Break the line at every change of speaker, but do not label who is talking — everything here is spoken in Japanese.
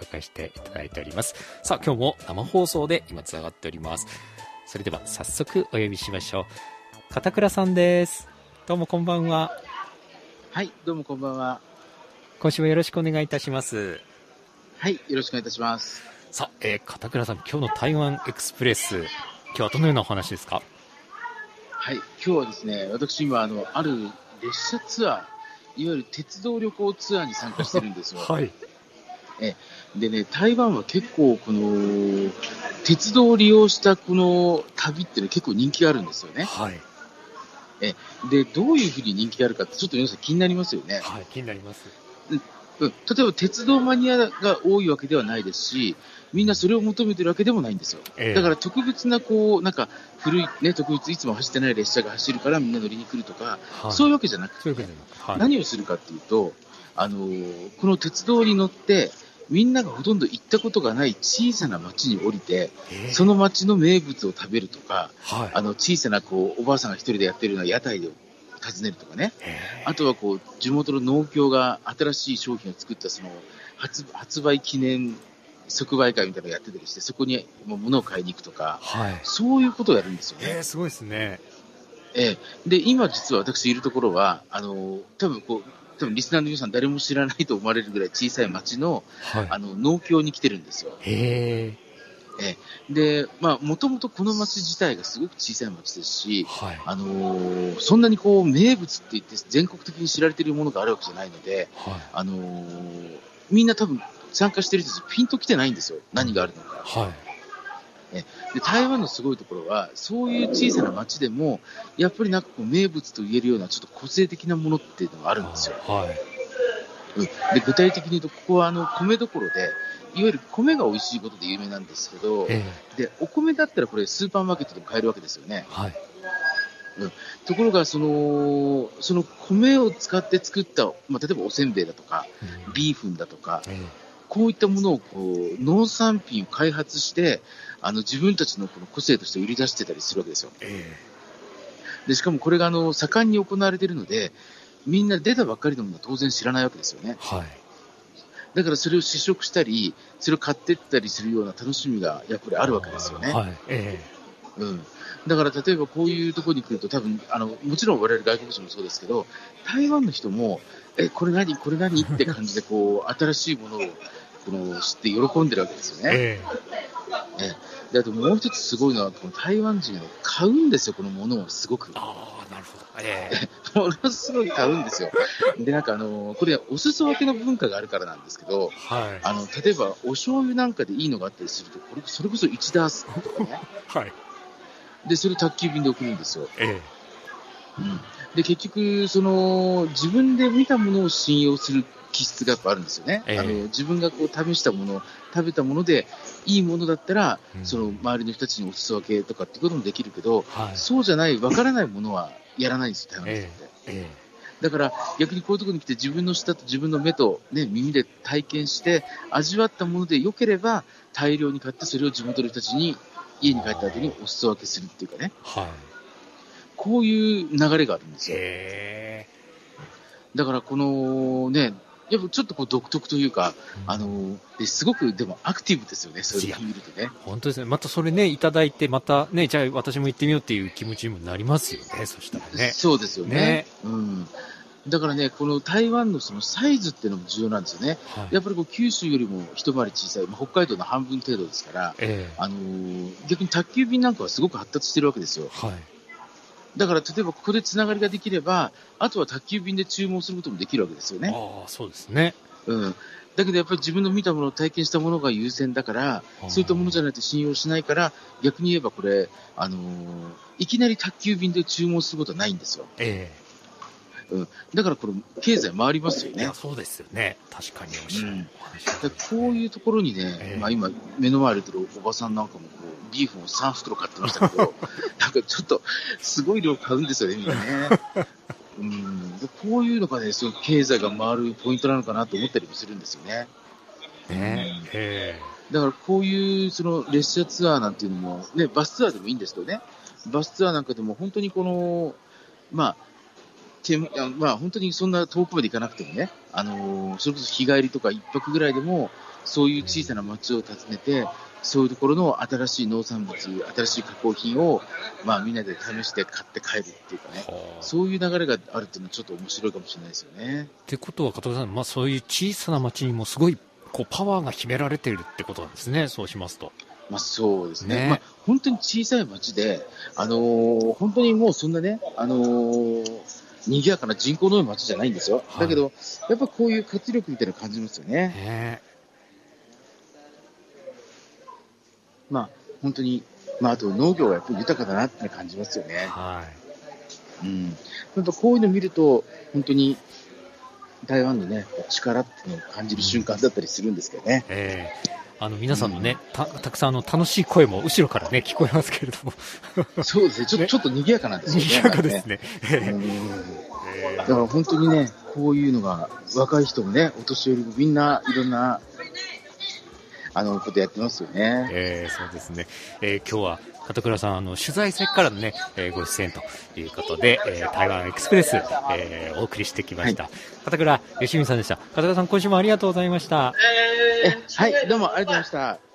介していただいております。さあ、今日も生放送で今つながっております。それでは早速お呼びしましょう。片倉さんです。どうもこんばんは。
はい、どうもこんばんは。
今週もよろしくお願いいたします。
はい、よろしくお願いいたします。
さあ、えー片倉さん、今日の台湾エクスプレス、今日はどのようなお話ですか
はい、今日はですね、私今、あの、ある列車ツアー、いわゆる鉄道旅行ツアーに参加してるんですよ。
い。
でね、台湾は結構、この、鉄道を利用したこの旅っていうのは結構人気があるんですよね。
はい。
で、どういうふうに人気があるかって、ちょっと皆さん気になりますよね。
はい、気になります。
うん、例えば、鉄道マニアが多いわけではないですし、みんなそれを求めてるわけでもないんですよ。
えー
だから特別な、こう、なんか、古いね、特別いつも走ってない列車が走るからみんな乗りに来るとか、
はい、
そう
い
いううわけじゃなくて、
わけじゃなくて、はい
何をするかっていうと、あのーこの鉄道に乗って、みんながほとんど行ったことがない小さな町に降りて、
えー
その町の名物を食べるとか、
はい。
あの小さなこうおばあさんが一人でやってるような屋台を訪ねるとかね、
えー
あとはこう地元の農協が新しい商品を作ったその発発売記念即売会みたいなのをやってたりして、そこにもう物を買いに行くとか、
はい。
そういうことをやるんですよね。
えー、すごいですね。
ええ、で今、実は私いるところは、あの多分こう多分リスナーの皆さん、誰も知らないと思われるぐらい小さい町の
はい。
あの農協に来てるんですよ。
へえ。
で、もともとこの町自体がすごく小さい町ですし、
はい。
あのそんなにこう名物って言って、全国的に知られているものがあるわけじゃないので、
はい。
あのみんな多分参加してる人たち、ピンと来てないんですよ、何があるのか。
はい。
で台湾のすごいところは、そういう小さな町でも、やっぱりなんかこう名物と言えるような、ちょっと個性的なものっていうのがあるんですよ。
はい。
うん、で具体的に言うと、ここはあの米どころで、いわゆる米が美味しいことで有名なんですけど、
え
でお米だったらこれ、スーパーマーケットでも買えるわけですよね
ー。はい。
ところがその、その米を使って作った、まあ、例えばおせんべいだとか、
うん
ビーフンだとか、
え
こういったものをこう農産品を開発して、あの自分たちのこの個性として売り出してたりするわけですよ。
ーえ
でしかもこれがあの盛んに行われているので、みんな出たばっかりのものは当然知らないわけですよね。
ーはい。
だからそれを試食したり、それを買ってったりするような楽しみがやっぱりあるわけですよね。
はい。え
うん、だから例えばこういうところに来ると、多分あのもちろん我々外国人もそうですけど、台湾の人も、え、これ何、これ何って感じでこ う、新しいものをこの知って喜んでるわけですよ
ー
ね。
え
であともう一つすごいのは、この台湾人がね買うんですよ、このものをすごく。
ああ、なるほど。え
ものすごい買うんですよ。で、なんかあの、これ、お裾分けの文化があるからなんですけど、
ーはい。
あの、例えば、お醤油なんかでいいのがあったりすると、これ、それこそ1ダースとかね。
はい。
で、それ宅急便で送るんですよ。
え
うん。で、結局、その、自分で見たものを信用する気質がやっぱあるんですよね。
ええ
あの、自分がこう、試したもの、食べたもので、いいものだったら、
うん
その、周りの人たちにお裾分けとかってこともできるけど、
ーはい。
そうじゃない、わからないものはやらないんですよ、台湾の人って。
え
だから逆にこういうところに来て自分の舌と自分の目と、ね、耳で体験して味わったもので良ければ大量に買ってそれを地元の人たちに家に帰った後にお裾分けするっていうかね
ーはい。
こういう流れがあるんですよ
え
だからこのねやっぱちょっとこう独特というか、
ー
あのですごくでもアクティブですよね、そういうのを見るとね。
本当ですね。またそれね、いただいて、またね、じゃあ私も行ってみようっていう気持ちにもなりますよね、そしたらね。
そうですよね
ね
うん。だからね、この台湾のそのサイズっていうのも重要なんですよね。
はい。
やっぱりこう九州よりも一回り小さい、まあ北海道の半分程度ですから、
え
あのー逆に宅急便なんかはすごく発達してるわけですよ。
ーはい。
だから例えばここでつながりができれば、あとは宅急便で注文することもできるわけですよね。
ああ、そうですね。
うん。だけどやっぱり自分の見たもの、体験したものが優先だから、そういったものじ
ゃ
ゃないと信用しないから、逆に言えばこれ、あのーいきなり宅急便で注文することはないんですよ。
ええ
だからこれ、経済回りますよ
い
ね
や、。そうですよね。確かにおっしゃる。
うん
おっしゃ
だ
る
からこういうところにね、
ええ
まあ、今、目の前にいるおばさんなんかもこう、ビーフンを3袋買ってました けど、なんかちょっと、すごい量買うんですよね、みんなね。うん、でこういうのがね、すごい経済が回るポイントなのかなと思ったりもするんですよね。
ね。え
だからこういうその列車ツアーなんていうのも、ね、バスツアーでもいいんですけどね、バスツアーなんかでも本当にこの、まあ、てあまあ、本当にそんな遠くまで行かなくてもね、あのーそれこそ日帰りとか一泊ぐらいでも、そういう小さな町を訪ねて、そういうところの新しい農産物、新しい加工品を、まあ、みんなで試して買って帰るっていうかね、
はあ
そういう流れがあるっていうのはちょっと面白いかもしれないですよね。
ってことは片岡さん、まあ、そういう小さな町にもすごいこうパワーが秘められているってことなんですねそうしますと
まあ、そうですね
ね
まあ、本当に小さい町で、あのー本当にもうそんなね、あのー賑やかな人口の多い町じゃないんですよ、
はい
だけど、やっぱこういう活力みたいなの感じますよね、
ね
まあ、本当に、まあ、あと農業がやっぱり豊かだなって感じますよ
え
ね、
はい
うん、やっぱこういうの見ると、本当に台湾のね、力っていうのを感じる瞬間だったりするんですけどね、
ええあの皆さんのね、たたくさんあの楽しい声も後ろからね聞こえますけれども
そうですね、ちょっと
ね
ちょっと賑やかなんですよね、
賑やかですね え
なんかね。うん
え
だから本当にね、こういうのが、若い人もね、お年寄りもみんないろんな、あの、ことやってますよね。
えーそうですね、えー今日は片倉さんあの取材先からの、ねえーご出演ということで、えー台湾エクスプレス、えーお送りしてきました、片倉よしみさんでした片倉さん今週もありがとうございました
哎えはい、どうもありがとうございました。